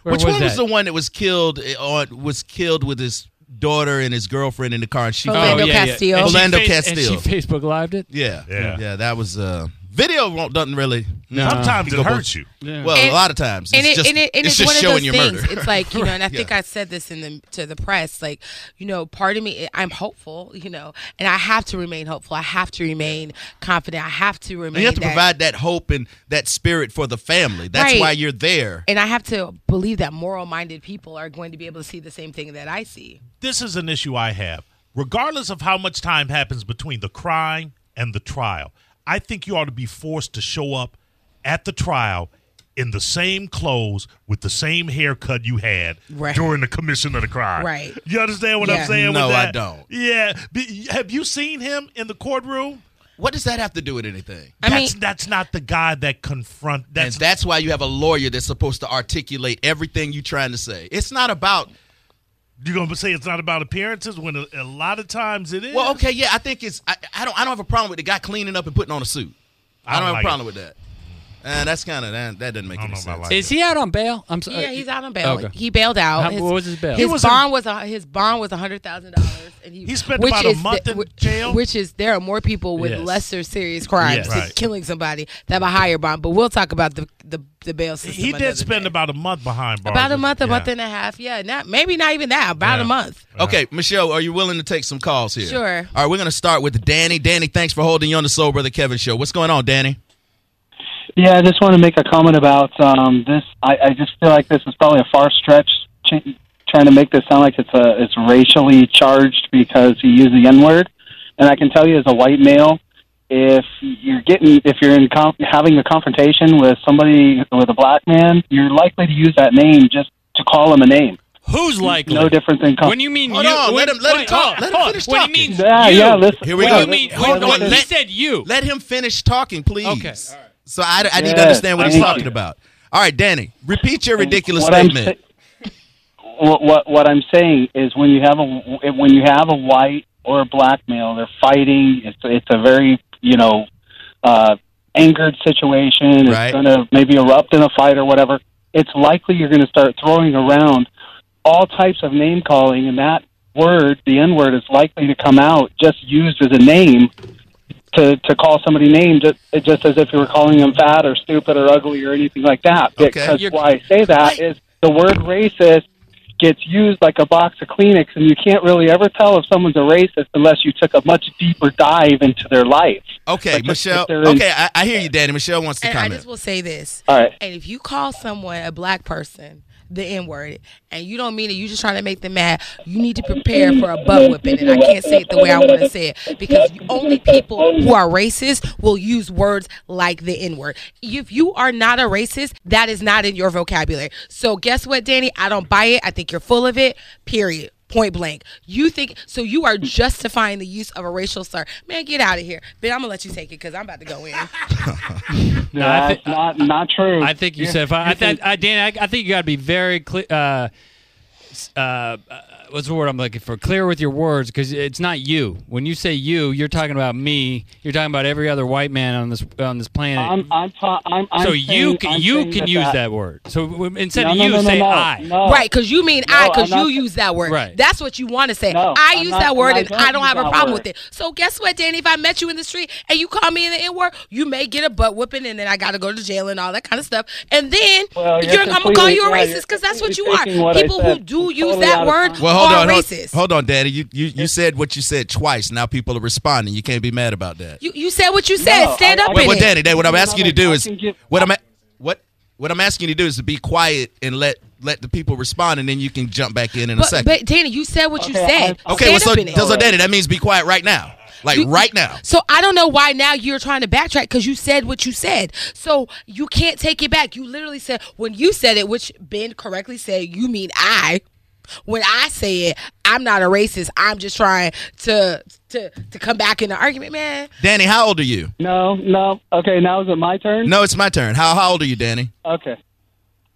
[SPEAKER 4] where
[SPEAKER 1] Which one was
[SPEAKER 4] that?
[SPEAKER 1] the one that was killed uh, on was killed with his daughter and his girlfriend in the car and she
[SPEAKER 3] Orlando
[SPEAKER 4] oh, yeah,
[SPEAKER 3] Castillo.
[SPEAKER 4] Yeah. And she
[SPEAKER 1] Orlando
[SPEAKER 4] face-
[SPEAKER 1] Castillo.
[SPEAKER 4] And she Facebook lived it.
[SPEAKER 1] yeah.
[SPEAKER 2] Yeah.
[SPEAKER 1] that was uh video won't doesn't really
[SPEAKER 4] No.
[SPEAKER 2] Sometimes
[SPEAKER 1] You
[SPEAKER 2] it
[SPEAKER 1] uh, go
[SPEAKER 2] hurts you.
[SPEAKER 4] Yeah.
[SPEAKER 1] Well,
[SPEAKER 3] And-
[SPEAKER 1] a lot of times it's
[SPEAKER 3] and it,
[SPEAKER 1] just
[SPEAKER 3] and, it, and
[SPEAKER 1] it's,
[SPEAKER 3] it's,
[SPEAKER 1] just
[SPEAKER 3] one
[SPEAKER 1] showing
[SPEAKER 3] of those
[SPEAKER 1] your
[SPEAKER 3] things.
[SPEAKER 1] murder.
[SPEAKER 3] It's like you know, and I
[SPEAKER 1] Yeah.
[SPEAKER 3] think I said this in the to the press. Like you know, part of me, I'm hopeful. You know, and I have to remain hopeful. I have to remain confident. I have to remain.
[SPEAKER 1] And you have to
[SPEAKER 3] that-
[SPEAKER 1] provide that hope and that spirit for the family. That's
[SPEAKER 3] Right.
[SPEAKER 1] why you're there.
[SPEAKER 3] and I have to believe that moral-minded people are going to be able to see the same thing that I see.
[SPEAKER 2] This is an issue I have. Regardless of how much time happens between the crime and the trial, I think you ought to be forced to show up at the trial in the same clothes with the same haircut you had
[SPEAKER 3] Right.
[SPEAKER 2] during the commission of the crime.
[SPEAKER 3] Right.
[SPEAKER 2] You understand what
[SPEAKER 3] Yeah.
[SPEAKER 2] I'm saying? with
[SPEAKER 1] No, I
[SPEAKER 2] that?
[SPEAKER 1] don't.
[SPEAKER 2] Yeah. Be- Have you seen him in the courtroom?
[SPEAKER 1] What does that have to do with anything?
[SPEAKER 3] I mean,
[SPEAKER 2] that's that's not the guy that confront. That's
[SPEAKER 1] and that's why you have a lawyer that's supposed to articulate everything you're trying to say. It's not about
[SPEAKER 2] you're gonna say it's not about appearances when a, a lot of times it is.
[SPEAKER 1] well, okay, yeah, I think it's I, I don't I don't have a problem with the guy cleaning up and putting on a suit. I
[SPEAKER 2] I
[SPEAKER 1] don't,
[SPEAKER 2] don't
[SPEAKER 1] have
[SPEAKER 2] like
[SPEAKER 1] a problem with that. And that's kind of that, that doesn't make
[SPEAKER 2] I don't
[SPEAKER 1] any
[SPEAKER 2] know if I
[SPEAKER 1] sense.
[SPEAKER 2] like
[SPEAKER 4] Is he out on bail? I'm sorry.
[SPEAKER 3] yeah, he's out on bail.
[SPEAKER 4] Uh, Okay.
[SPEAKER 3] He bailed out.
[SPEAKER 4] How- what was his bail? He
[SPEAKER 3] His
[SPEAKER 2] was in-
[SPEAKER 3] bond was a, his bond was hundred thousand dollars, and he,
[SPEAKER 2] He spent
[SPEAKER 3] which
[SPEAKER 2] about a
[SPEAKER 3] is
[SPEAKER 2] month in
[SPEAKER 3] wh-
[SPEAKER 2] jail?
[SPEAKER 3] Which is there are more people with
[SPEAKER 4] Yes.
[SPEAKER 3] lesser serious crimes
[SPEAKER 2] Yes.
[SPEAKER 3] than
[SPEAKER 2] Right.
[SPEAKER 3] killing somebody that have a higher bond. But we'll talk about the the, the bail system.
[SPEAKER 2] He
[SPEAKER 3] another
[SPEAKER 2] did spend
[SPEAKER 3] day.
[SPEAKER 2] about a month behind bars.
[SPEAKER 3] about a month, a
[SPEAKER 2] Yeah.
[SPEAKER 3] month and a half. Yeah, not maybe not even that. About
[SPEAKER 2] Yeah.
[SPEAKER 3] a month.
[SPEAKER 1] Okay, Michelle, are you willing to take some calls here?
[SPEAKER 3] Sure.
[SPEAKER 1] All right, we're going to start with Danny. Danny, thanks for holding you on the Soul Brother Kevin show. What's going on, Danny?
[SPEAKER 5] Yeah, I just want to make a comment about um, this. I, I just feel like this is probably a far stretch, ch- trying to make this sound like it's a it's racially charged because he used the N word. And I can tell you, as a white male, if you're getting if you're in conf- having a confrontation with somebody with a black man, you're likely to use that name just to call him a name.
[SPEAKER 4] Who's likely?
[SPEAKER 5] No different than com-
[SPEAKER 4] When you mean
[SPEAKER 1] Hold
[SPEAKER 4] you,
[SPEAKER 1] on,
[SPEAKER 4] when-
[SPEAKER 1] let him- let him
[SPEAKER 4] wait,
[SPEAKER 1] talk.
[SPEAKER 4] hold on,
[SPEAKER 1] Let him
[SPEAKER 4] hold on.
[SPEAKER 1] finish
[SPEAKER 4] When he
[SPEAKER 1] talking.
[SPEAKER 4] means
[SPEAKER 5] Yeah,
[SPEAKER 4] you,
[SPEAKER 5] yeah, listen-
[SPEAKER 1] Here we
[SPEAKER 4] when
[SPEAKER 1] go.
[SPEAKER 4] you mean,
[SPEAKER 1] Hold
[SPEAKER 4] when-
[SPEAKER 1] on,
[SPEAKER 4] when he
[SPEAKER 1] let-
[SPEAKER 4] said you.
[SPEAKER 1] Let him finish talking, please.
[SPEAKER 4] Okay.
[SPEAKER 1] So I, I need to
[SPEAKER 5] Yes,
[SPEAKER 1] understand what he's
[SPEAKER 5] thank
[SPEAKER 1] talking
[SPEAKER 5] you.
[SPEAKER 1] about. All right, Danny, repeat your ridiculous
[SPEAKER 5] What I'm
[SPEAKER 1] statement.
[SPEAKER 5] sa- what, what what I'm saying is when you have a when you have a white or a black male, they're fighting. It's it's a very you know uh, angered situation.
[SPEAKER 1] Right.
[SPEAKER 5] It's going to maybe erupt in a fight or whatever. It's likely you're going to start throwing around all types of name calling, and that word, the N word, is likely to come out just used as a name to, to call somebody named just, just as if you were calling them fat or stupid or ugly or anything like that.
[SPEAKER 1] Okay.
[SPEAKER 5] Because
[SPEAKER 4] You're-
[SPEAKER 5] why I say that is the word racist gets used like a box of Kleenex, and you can't really ever tell if someone's a racist unless you took a much deeper dive into their life.
[SPEAKER 1] Okay,
[SPEAKER 5] Like, if-
[SPEAKER 1] Michelle.
[SPEAKER 5] if they're in-
[SPEAKER 1] Okay, I, I hear you, Danny. Michelle wants to
[SPEAKER 3] And I
[SPEAKER 1] comment.
[SPEAKER 3] just will say this.
[SPEAKER 5] All right.
[SPEAKER 3] And if you call someone a black person the N word and you don't mean it, you just trying to make them mad, you need to prepare for a butt whipping. And I can't say it the way I want to say it because only people who are racist will use words like the N word. If you are not a racist, that is not in your vocabulary. So guess what, Danny? I don't buy it. I think you're full of it, period. Point blank. You think so? You are justifying the use of a racial slur. Man, get out of here. Ben, I'm gonna let you take it because I'm about to go in.
[SPEAKER 4] No, I
[SPEAKER 5] That's
[SPEAKER 4] thi-
[SPEAKER 5] not not true.
[SPEAKER 4] I think you
[SPEAKER 5] You're-
[SPEAKER 4] said. If I, I,
[SPEAKER 5] you're
[SPEAKER 4] th- I, Dan, I, I think you got to be very clear. Uh, s- uh, uh, what's the word I'm looking for? Clear with your words, because it's not you. When you say you, you're talking about me. You're talking about every other white man on this on this planet.
[SPEAKER 5] I'm, I'm, ta- I'm, I'm
[SPEAKER 4] so you
[SPEAKER 5] saying-
[SPEAKER 4] can
[SPEAKER 5] I'm
[SPEAKER 4] you
[SPEAKER 5] saying
[SPEAKER 4] can
[SPEAKER 5] that
[SPEAKER 4] use
[SPEAKER 5] that,
[SPEAKER 4] that word. So w- instead
[SPEAKER 5] No,
[SPEAKER 4] of
[SPEAKER 5] no,
[SPEAKER 4] you,
[SPEAKER 5] no, no,
[SPEAKER 4] say
[SPEAKER 5] no,
[SPEAKER 4] I.
[SPEAKER 5] Oh. No.
[SPEAKER 3] Right, because you mean I, because
[SPEAKER 5] I'm
[SPEAKER 3] you
[SPEAKER 5] not-
[SPEAKER 3] use that word.
[SPEAKER 4] Right.
[SPEAKER 3] That's what you want to say.
[SPEAKER 5] No,
[SPEAKER 3] I
[SPEAKER 5] I'm
[SPEAKER 3] use
[SPEAKER 5] not-
[SPEAKER 3] that word
[SPEAKER 5] I
[SPEAKER 3] and
[SPEAKER 5] don't
[SPEAKER 3] I don't
[SPEAKER 5] use
[SPEAKER 3] have a
[SPEAKER 5] that
[SPEAKER 3] problem
[SPEAKER 5] word.
[SPEAKER 3] with it. So guess what, Danny? If I met you in the street and you call me in the N word, you may get a butt whooping and then I got to go to jail and all that kind of stuff. And then
[SPEAKER 5] Well, you're
[SPEAKER 3] you're, I'm going to call
[SPEAKER 5] completely-
[SPEAKER 3] you a
[SPEAKER 5] yeah,
[SPEAKER 3] racist
[SPEAKER 5] you're
[SPEAKER 3] because that's what you
[SPEAKER 5] completely
[SPEAKER 3] are.
[SPEAKER 5] taking what I
[SPEAKER 3] People who
[SPEAKER 5] said
[SPEAKER 3] do use
[SPEAKER 5] totally out
[SPEAKER 3] that
[SPEAKER 5] of
[SPEAKER 3] word
[SPEAKER 5] context.
[SPEAKER 1] Well, hold
[SPEAKER 3] are
[SPEAKER 1] on, hold-
[SPEAKER 3] racist.
[SPEAKER 1] Hold, on, Daddy. You, you you said what you said twice. Now people are responding. You can't be mad about that.
[SPEAKER 3] You, you said what you said.
[SPEAKER 5] No,
[SPEAKER 3] Stand
[SPEAKER 5] I-
[SPEAKER 3] up
[SPEAKER 5] I-
[SPEAKER 1] Wait,
[SPEAKER 3] in
[SPEAKER 1] well,
[SPEAKER 3] it.
[SPEAKER 1] Daddy, Daddy, what I'm asking you to do
[SPEAKER 5] I
[SPEAKER 1] is
[SPEAKER 5] can give-
[SPEAKER 1] what I'm a- what what I'm asking you to do is to be quiet and let let the people respond, and then you can jump back in in a
[SPEAKER 3] But,
[SPEAKER 1] second.
[SPEAKER 3] but Danny, you said what you
[SPEAKER 5] Okay,
[SPEAKER 3] said.
[SPEAKER 5] I-
[SPEAKER 1] okay,
[SPEAKER 3] Stand
[SPEAKER 1] well, so,
[SPEAKER 3] up in it.
[SPEAKER 1] so Daddy, that means be quiet right now, like
[SPEAKER 3] You-
[SPEAKER 1] right now.
[SPEAKER 3] So I don't know why now you're trying to backtrack because you said what you said. So you can't take it back. You literally said when you said it, which Ben correctly said, you mean I. When I say it, I'm not a racist. I'm just trying to to to come back in the argument, man.
[SPEAKER 1] Danny, how old are you?
[SPEAKER 5] No, no. Okay, now is it my turn?
[SPEAKER 1] No, it's my turn. How how old are you, Danny?
[SPEAKER 5] Okay.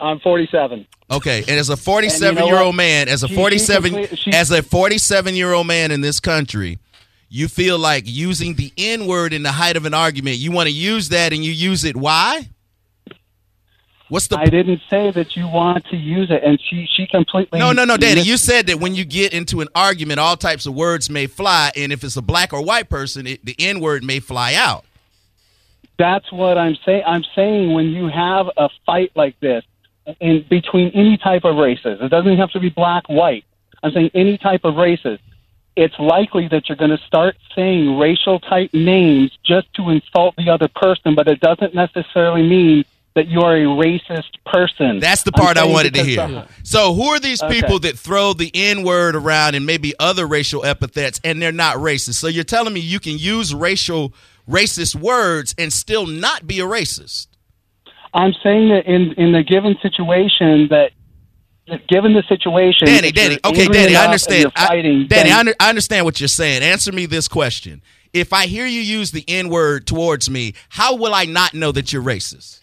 [SPEAKER 5] I'm 47.
[SPEAKER 1] Okay, and as a 47
[SPEAKER 5] what?
[SPEAKER 1] year old man, as a
[SPEAKER 5] She- she
[SPEAKER 1] 47
[SPEAKER 5] complete- she-
[SPEAKER 1] as a 47 year old man in this country, you feel like using the N word in the height of an argument. You want to use that, and you use it. Why? What's the
[SPEAKER 5] I didn't say that you want to use it, and she she completely.
[SPEAKER 1] No, no, no, Daddy.
[SPEAKER 5] mis-
[SPEAKER 1] You said that when you get into an argument, all types of words may fly, and if it's a black or white person, it, the N word may fly out.
[SPEAKER 5] That's what I'm saying. I'm saying when you have a fight like this, in between any type of races, it doesn't have to be black, white. I'm saying any type of races. It's likely that you're going to start saying racial type names just to insult the other person, but it doesn't necessarily mean that you are a racist person.
[SPEAKER 1] That's the
[SPEAKER 5] I'm
[SPEAKER 1] part I
[SPEAKER 5] saying
[SPEAKER 1] wanted to
[SPEAKER 5] because
[SPEAKER 1] hear.
[SPEAKER 5] the-
[SPEAKER 1] So, who are these
[SPEAKER 5] Okay.
[SPEAKER 1] people that throw the N word around and maybe other racial epithets, and they're not racist? So, you're telling me you can use racial racist words and still not be a racist?
[SPEAKER 5] I'm saying that in in the given situation that. that Given the situation,
[SPEAKER 1] Danny,
[SPEAKER 5] if you're
[SPEAKER 1] Danny, okay,
[SPEAKER 5] angry
[SPEAKER 1] Danny, I
[SPEAKER 5] enough and
[SPEAKER 1] understand.
[SPEAKER 5] you're Fighting,
[SPEAKER 1] I, Danny,
[SPEAKER 5] then-
[SPEAKER 1] I, under, I understand what you're saying. Answer me this question: If I hear you use the N word towards me, how will I not know that you're racist?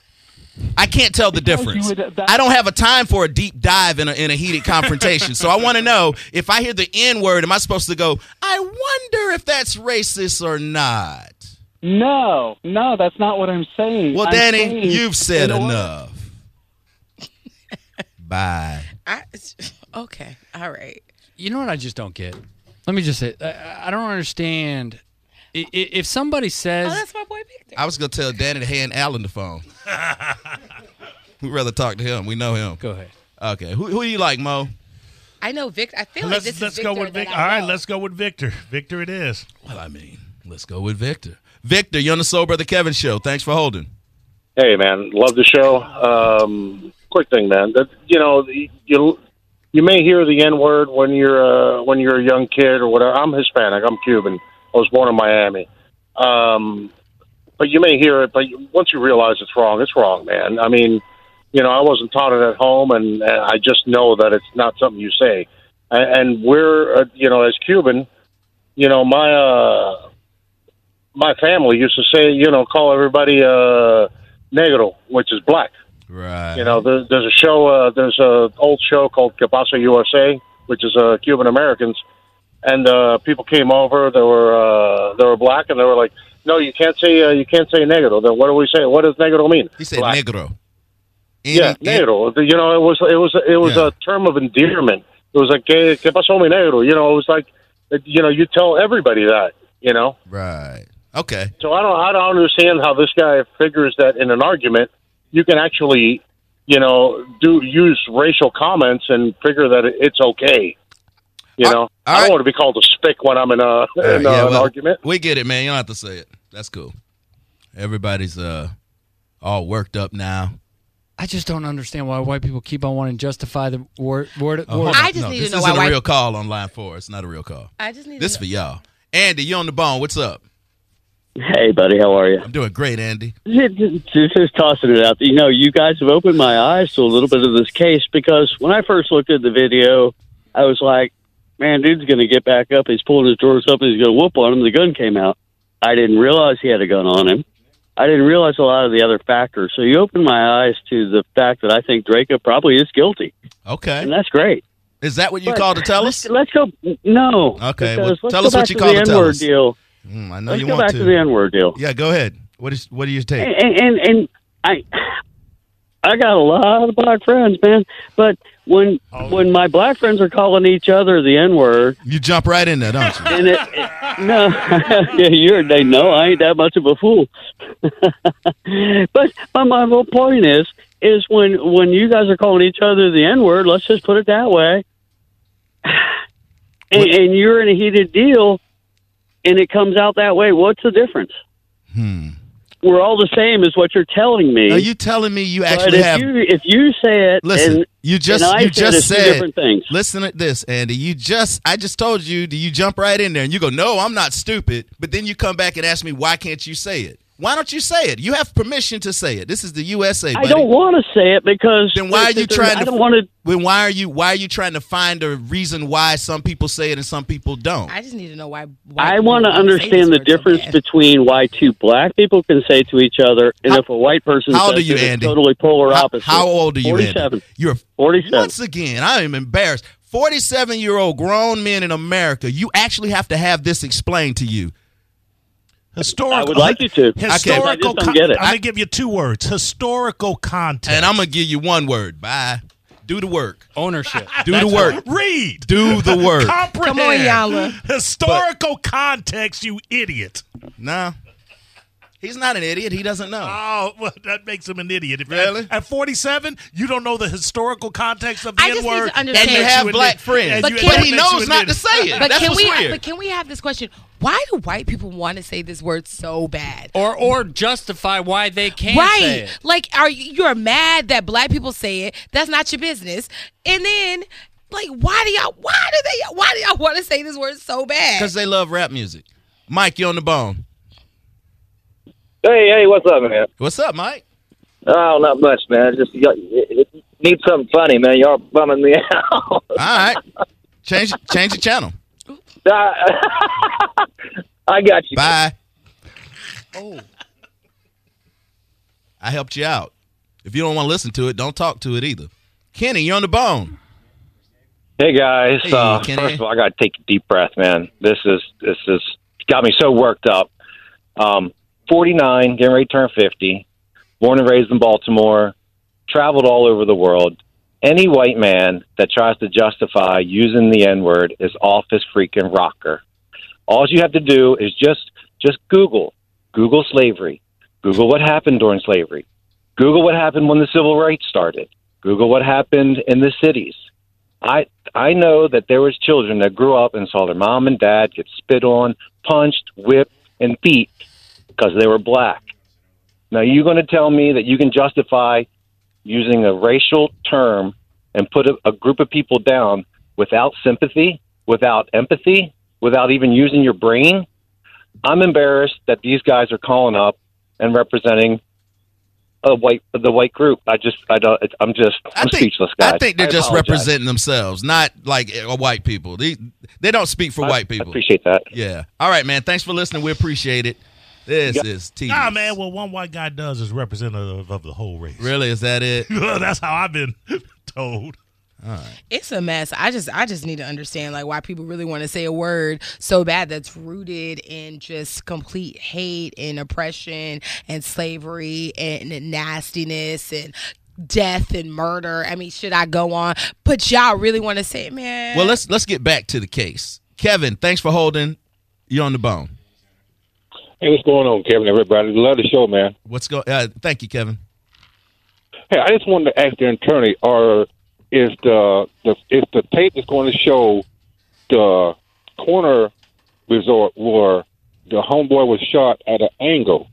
[SPEAKER 1] I can't tell the
[SPEAKER 5] Because you
[SPEAKER 1] difference.
[SPEAKER 5] would- uh, that-
[SPEAKER 1] I don't have a time for a deep dive in a, in a heated confrontation. so I want to know if I hear the N word, am I supposed to go? I wonder if that's racist or not.
[SPEAKER 5] No, no, that's not what I'm saying.
[SPEAKER 1] Well,
[SPEAKER 5] I'm
[SPEAKER 1] Danny,
[SPEAKER 5] saying
[SPEAKER 1] you've said
[SPEAKER 5] in order-
[SPEAKER 1] enough. Bye.
[SPEAKER 3] I, okay, all right.
[SPEAKER 4] You know what I just don't get? Let me just say, I, I don't understand. I- i- If somebody
[SPEAKER 3] Oh,
[SPEAKER 4] says,
[SPEAKER 3] that's my boy Victor.
[SPEAKER 1] I was gonna tell Danny to hand Allen the phone. We'd rather talk to him. We know him.
[SPEAKER 4] go ahead.
[SPEAKER 1] Okay. Who who you like, Mo?
[SPEAKER 3] I know Victor. I feel like
[SPEAKER 2] Let's
[SPEAKER 3] this
[SPEAKER 2] let's
[SPEAKER 3] is
[SPEAKER 2] go
[SPEAKER 3] Victor
[SPEAKER 2] with
[SPEAKER 3] that
[SPEAKER 2] Victor.
[SPEAKER 3] I
[SPEAKER 2] All right,
[SPEAKER 3] know.
[SPEAKER 2] let's go with Victor. Victor, it is.
[SPEAKER 1] Well, I mean, let's go with Victor. Victor, you're on the Soul Brother Kevin show. Thanks for holding.
[SPEAKER 6] Hey, man, love the show. Um, quick thing, man. That, you know, the- you you may hear the N word when you're uh, when you're a young kid or whatever. I'm Hispanic. I'm Cuban. I was born in Miami. Um, but you may hear it, but you- once you realize it's wrong, it's wrong, man. I mean, you know, I wasn't taught it at home, and, and I just know that it's not something you say. And, and we're, uh, you know, as Cuban, you know, my uh, my family used to say, you know, call everybody uh, negro, which is black.
[SPEAKER 1] Right.
[SPEAKER 6] You know, there, there's a show, uh, there's a old show called Capasa USA, which is uh, Cuban Americans, and uh, people came over. They were uh, they were black, and they were like, "No, you can't say uh, you can't say negro." Then what do we say? What does negro mean?
[SPEAKER 1] he said
[SPEAKER 6] Black.
[SPEAKER 1] negro. Any-
[SPEAKER 6] Yeah, negro. You know, it was it was it was
[SPEAKER 1] Yeah.
[SPEAKER 6] a term of endearment. It was like "Que- que pasó mi negro. You know, it was like you know you tell everybody that. You know,
[SPEAKER 1] any- right. Okay.
[SPEAKER 6] so I don't I don't understand how this guy figures that in an argument you can actually you know do use racial comments and figure that it's okay. You
[SPEAKER 1] All-
[SPEAKER 6] know,
[SPEAKER 1] all
[SPEAKER 6] I
[SPEAKER 1] right.
[SPEAKER 6] don't want to be called a spick when I'm in a, in
[SPEAKER 1] All
[SPEAKER 6] a,
[SPEAKER 1] right, yeah,
[SPEAKER 6] uh, an
[SPEAKER 1] well,
[SPEAKER 6] argument.
[SPEAKER 1] We get it, man. You don't have to say it. That's cool. Everybody's uh all worked up now.
[SPEAKER 4] I just don't understand why white people keep on wanting to justify the word. word,
[SPEAKER 1] Oh,
[SPEAKER 4] word.
[SPEAKER 1] hold on.
[SPEAKER 3] I just
[SPEAKER 1] no,
[SPEAKER 3] need
[SPEAKER 1] this
[SPEAKER 3] to know
[SPEAKER 1] isn't
[SPEAKER 3] why
[SPEAKER 1] a
[SPEAKER 3] white-
[SPEAKER 1] real call on line four. It's not a real call.
[SPEAKER 3] I just need
[SPEAKER 1] This is
[SPEAKER 3] to
[SPEAKER 1] for y'all. Andy, you on the bone. What's up?
[SPEAKER 7] Hey, buddy, how are you?
[SPEAKER 1] I'm doing great, Andy.
[SPEAKER 7] Just, just tossing it out. You know, you guys have opened my eyes to a little bit of this case because when I first looked at the video, I was like, man, dude's going to get back up. He's pulling his drawers up and he's going to whoop on him. The gun came out. I didn't realize he had a gun on him. I didn't realize a lot of the other factors. So you opened my eyes to the fact that I think Draco probably is guilty. And
[SPEAKER 1] Okay.
[SPEAKER 7] that's great.
[SPEAKER 1] Is that what you
[SPEAKER 7] But
[SPEAKER 1] called to tell us?
[SPEAKER 7] Let's go. No.
[SPEAKER 1] Okay, well,
[SPEAKER 7] because let's
[SPEAKER 1] tell
[SPEAKER 7] go
[SPEAKER 1] us what
[SPEAKER 7] back
[SPEAKER 1] you
[SPEAKER 7] to
[SPEAKER 1] called
[SPEAKER 7] the
[SPEAKER 1] to tell
[SPEAKER 7] N-word
[SPEAKER 1] us.
[SPEAKER 7] Deal.
[SPEAKER 1] Mm, I know
[SPEAKER 7] Let's
[SPEAKER 1] you
[SPEAKER 7] go
[SPEAKER 1] want
[SPEAKER 7] back
[SPEAKER 1] to.
[SPEAKER 7] to the N-word deal.
[SPEAKER 1] Yeah, go ahead. What is what do you take?
[SPEAKER 7] and and, and I I got a lot of black friends, man. But when when my black friends are calling each other the N word,
[SPEAKER 1] You jump right in there, don't you?
[SPEAKER 7] and it, it- no, yeah, you're they know I ain't that much of a fool. but my my whole point is is when when you guys are calling each other the N word, let's just put it that way. and, and you're in a heated deal, and it comes out that way. What's the difference? Hmm. We're all the same, is what you're telling me.
[SPEAKER 1] Are you telling me you
[SPEAKER 7] but
[SPEAKER 1] actually
[SPEAKER 7] if
[SPEAKER 1] have?
[SPEAKER 7] you if you say it,
[SPEAKER 1] listen,
[SPEAKER 7] and,
[SPEAKER 1] you just
[SPEAKER 7] and I
[SPEAKER 1] you
[SPEAKER 7] said it's
[SPEAKER 1] just
[SPEAKER 7] two
[SPEAKER 1] said
[SPEAKER 7] different things.
[SPEAKER 1] Listen to this, Andy. You just I just told you. Do you jump right in there and you go, "No, I'm not stupid," but then you come back and ask me, "Why can't you say it? Why don't you say it? You have permission to say it. This is the USA."
[SPEAKER 7] I
[SPEAKER 1] Buddy.
[SPEAKER 7] don't want to say it because
[SPEAKER 1] Then why are you trying
[SPEAKER 7] I
[SPEAKER 1] to?
[SPEAKER 7] don't want to.
[SPEAKER 1] Then why are you? Why are you trying to find a reason why some people say it and some people don't?
[SPEAKER 3] I just need to know why. why
[SPEAKER 7] I
[SPEAKER 3] people
[SPEAKER 7] want to
[SPEAKER 3] say this
[SPEAKER 7] understand the
[SPEAKER 3] word so
[SPEAKER 7] difference
[SPEAKER 3] bad.
[SPEAKER 7] between why two black people can say to each other, and if a white person
[SPEAKER 1] How old
[SPEAKER 7] says
[SPEAKER 1] are you,
[SPEAKER 7] it, it's
[SPEAKER 1] Andy?
[SPEAKER 7] totally polar
[SPEAKER 1] how,
[SPEAKER 7] opposite.
[SPEAKER 1] how old are you, Andy?
[SPEAKER 7] 47.
[SPEAKER 1] You're
[SPEAKER 7] 47.
[SPEAKER 1] Once again, I am embarrassed. 47 year old grown men in America, you actually have to have this explained to you.
[SPEAKER 2] Historical.
[SPEAKER 7] I would like you to. I
[SPEAKER 1] just don't
[SPEAKER 2] Historical.
[SPEAKER 7] get it.
[SPEAKER 2] I'm gonna give you two words. Historical context.
[SPEAKER 1] And I'm going to give you one word. Bye. Do the work.
[SPEAKER 4] Ownership.
[SPEAKER 1] Do the work.
[SPEAKER 2] read.
[SPEAKER 1] Do the work.
[SPEAKER 2] Comprehend.
[SPEAKER 3] Come on, Yala.
[SPEAKER 2] Historical context, you idiot.
[SPEAKER 1] No. He's not an idiot. He doesn't know.
[SPEAKER 2] Oh, well, that makes him an idiot. If
[SPEAKER 1] Really?
[SPEAKER 2] At, at 47, you you don't know the historical context of the
[SPEAKER 3] I just
[SPEAKER 2] N
[SPEAKER 3] need
[SPEAKER 2] word.
[SPEAKER 3] to understand.
[SPEAKER 1] And you have black friends.
[SPEAKER 3] But
[SPEAKER 1] But,
[SPEAKER 3] can-
[SPEAKER 1] he knows not to say it.
[SPEAKER 3] But
[SPEAKER 1] That's
[SPEAKER 3] can
[SPEAKER 1] what's
[SPEAKER 3] we? uh,
[SPEAKER 1] weird.
[SPEAKER 3] But can we have this question? Why do white people want to say this word so bad?
[SPEAKER 1] Oh,
[SPEAKER 4] Or or justify why they can't say
[SPEAKER 3] Right.
[SPEAKER 4] it.
[SPEAKER 3] Like, are you, you're mad that black people say it? That's not your business. And then, like, why do y'all? Why do they? Why do y'all want to say this word so bad?
[SPEAKER 1] Because they love rap music. Mike, you on the bone.
[SPEAKER 6] Hey, hey, what's up, man?
[SPEAKER 1] What's up, Mike?
[SPEAKER 6] Oh, not much, man. Just you it, it need something funny, man. Y'all bumming me out.
[SPEAKER 1] All right. Change change the channel.
[SPEAKER 6] I I got you.
[SPEAKER 1] Bye. Oh. I helped you out. If you don't want to listen to it, don't talk to it either. Kenny, you're on the bone.
[SPEAKER 6] Hey guys.
[SPEAKER 1] Hey,
[SPEAKER 6] uh,
[SPEAKER 1] Kenny.
[SPEAKER 6] first of all, I got to take a deep breath, man. This is this is got me so worked up. Um, 49, getting ready to turn 50. Born and raised in Baltimore, traveled all over the world. Any white man that tries to justify using the N word is off his freaking rocker. All you have to do is just just Google, Google slavery, Google what happened during slavery, Google what happened when the civil rights started, Google what happened in the cities. I I know that there was children that grew up and saw their mom and dad get spit on, punched, whipped, and beat because they were black. Now you're going to tell me that you can justify using a racial term and put a, a group of people down without sympathy, without empathy, without even using your brain? I'm embarrassed that these guys are calling up and representing a white the white group. I just I don't I'm just
[SPEAKER 1] I
[SPEAKER 6] I'm
[SPEAKER 1] think
[SPEAKER 6] speechless, guys.
[SPEAKER 1] I think they're just
[SPEAKER 6] apologize.
[SPEAKER 1] representing themselves, not like uh, white people. They they don't speak for white people.
[SPEAKER 6] I appreciate that.
[SPEAKER 1] yeah. All right, man. Thanks for listening. We appreciate it. This is TV.
[SPEAKER 2] Nah, man, what one white guy does is representative of the whole race.
[SPEAKER 1] Really, is that it?
[SPEAKER 2] That's how I've been told.
[SPEAKER 3] It's a mess. I just, I just need to understand like why people really want to say a word so bad that's rooted in just complete hate and oppression and slavery and nastiness and death and murder. I mean, should I go on? But y'all really want to say, it, man?
[SPEAKER 1] Well, let's let's get back to the case. Kevin, thanks for holding. You're on the bone.
[SPEAKER 5] Hey, what's going on, Kevin? Everybody, love the show, man.
[SPEAKER 1] What's going? Uh, thank you, Kevin.
[SPEAKER 5] Hey, I just wanted to ask the attorney: Or is the, the is the tape that's going to show the corner resort where the homeboy was shot at an angle?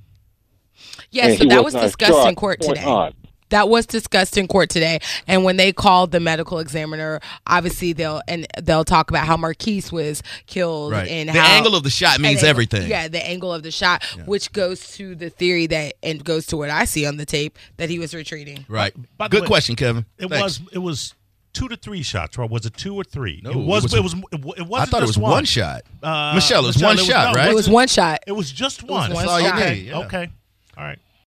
[SPEAKER 3] yeah.
[SPEAKER 5] and
[SPEAKER 3] So
[SPEAKER 5] he
[SPEAKER 3] that was
[SPEAKER 5] not
[SPEAKER 3] discussed
[SPEAKER 5] shot
[SPEAKER 3] in court
[SPEAKER 5] point
[SPEAKER 3] today.
[SPEAKER 5] on.
[SPEAKER 3] that was discussed in court today and when they called the medical examiner obviously they'll and they'll talk about how marquise was killed
[SPEAKER 1] Right.
[SPEAKER 3] and
[SPEAKER 1] The
[SPEAKER 3] how
[SPEAKER 1] angle of the shot
[SPEAKER 3] and
[SPEAKER 1] means
[SPEAKER 3] angle-
[SPEAKER 1] everything.
[SPEAKER 3] yeah the angle of the shot which goes to the theory that and goes to what i see on the tape that he was retreating
[SPEAKER 1] Right.
[SPEAKER 2] By the
[SPEAKER 1] Good
[SPEAKER 2] way,
[SPEAKER 1] question, Kevin.
[SPEAKER 2] It
[SPEAKER 1] Thanks.
[SPEAKER 2] was it was two to three shots, right? Was it two or three?
[SPEAKER 1] No,
[SPEAKER 2] it was
[SPEAKER 1] it
[SPEAKER 2] it
[SPEAKER 1] was-
[SPEAKER 2] was it, was,
[SPEAKER 1] I thought it was one, shot. Michelle, it was
[SPEAKER 2] Uh, Michelle,
[SPEAKER 1] one
[SPEAKER 2] it was-
[SPEAKER 1] shot,
[SPEAKER 2] no,
[SPEAKER 1] right?
[SPEAKER 3] it was one shot
[SPEAKER 2] It was just
[SPEAKER 3] was
[SPEAKER 2] one.
[SPEAKER 3] one
[SPEAKER 1] That's all you
[SPEAKER 3] shot.
[SPEAKER 2] okay.
[SPEAKER 1] need, yeah.
[SPEAKER 2] Okay. All right.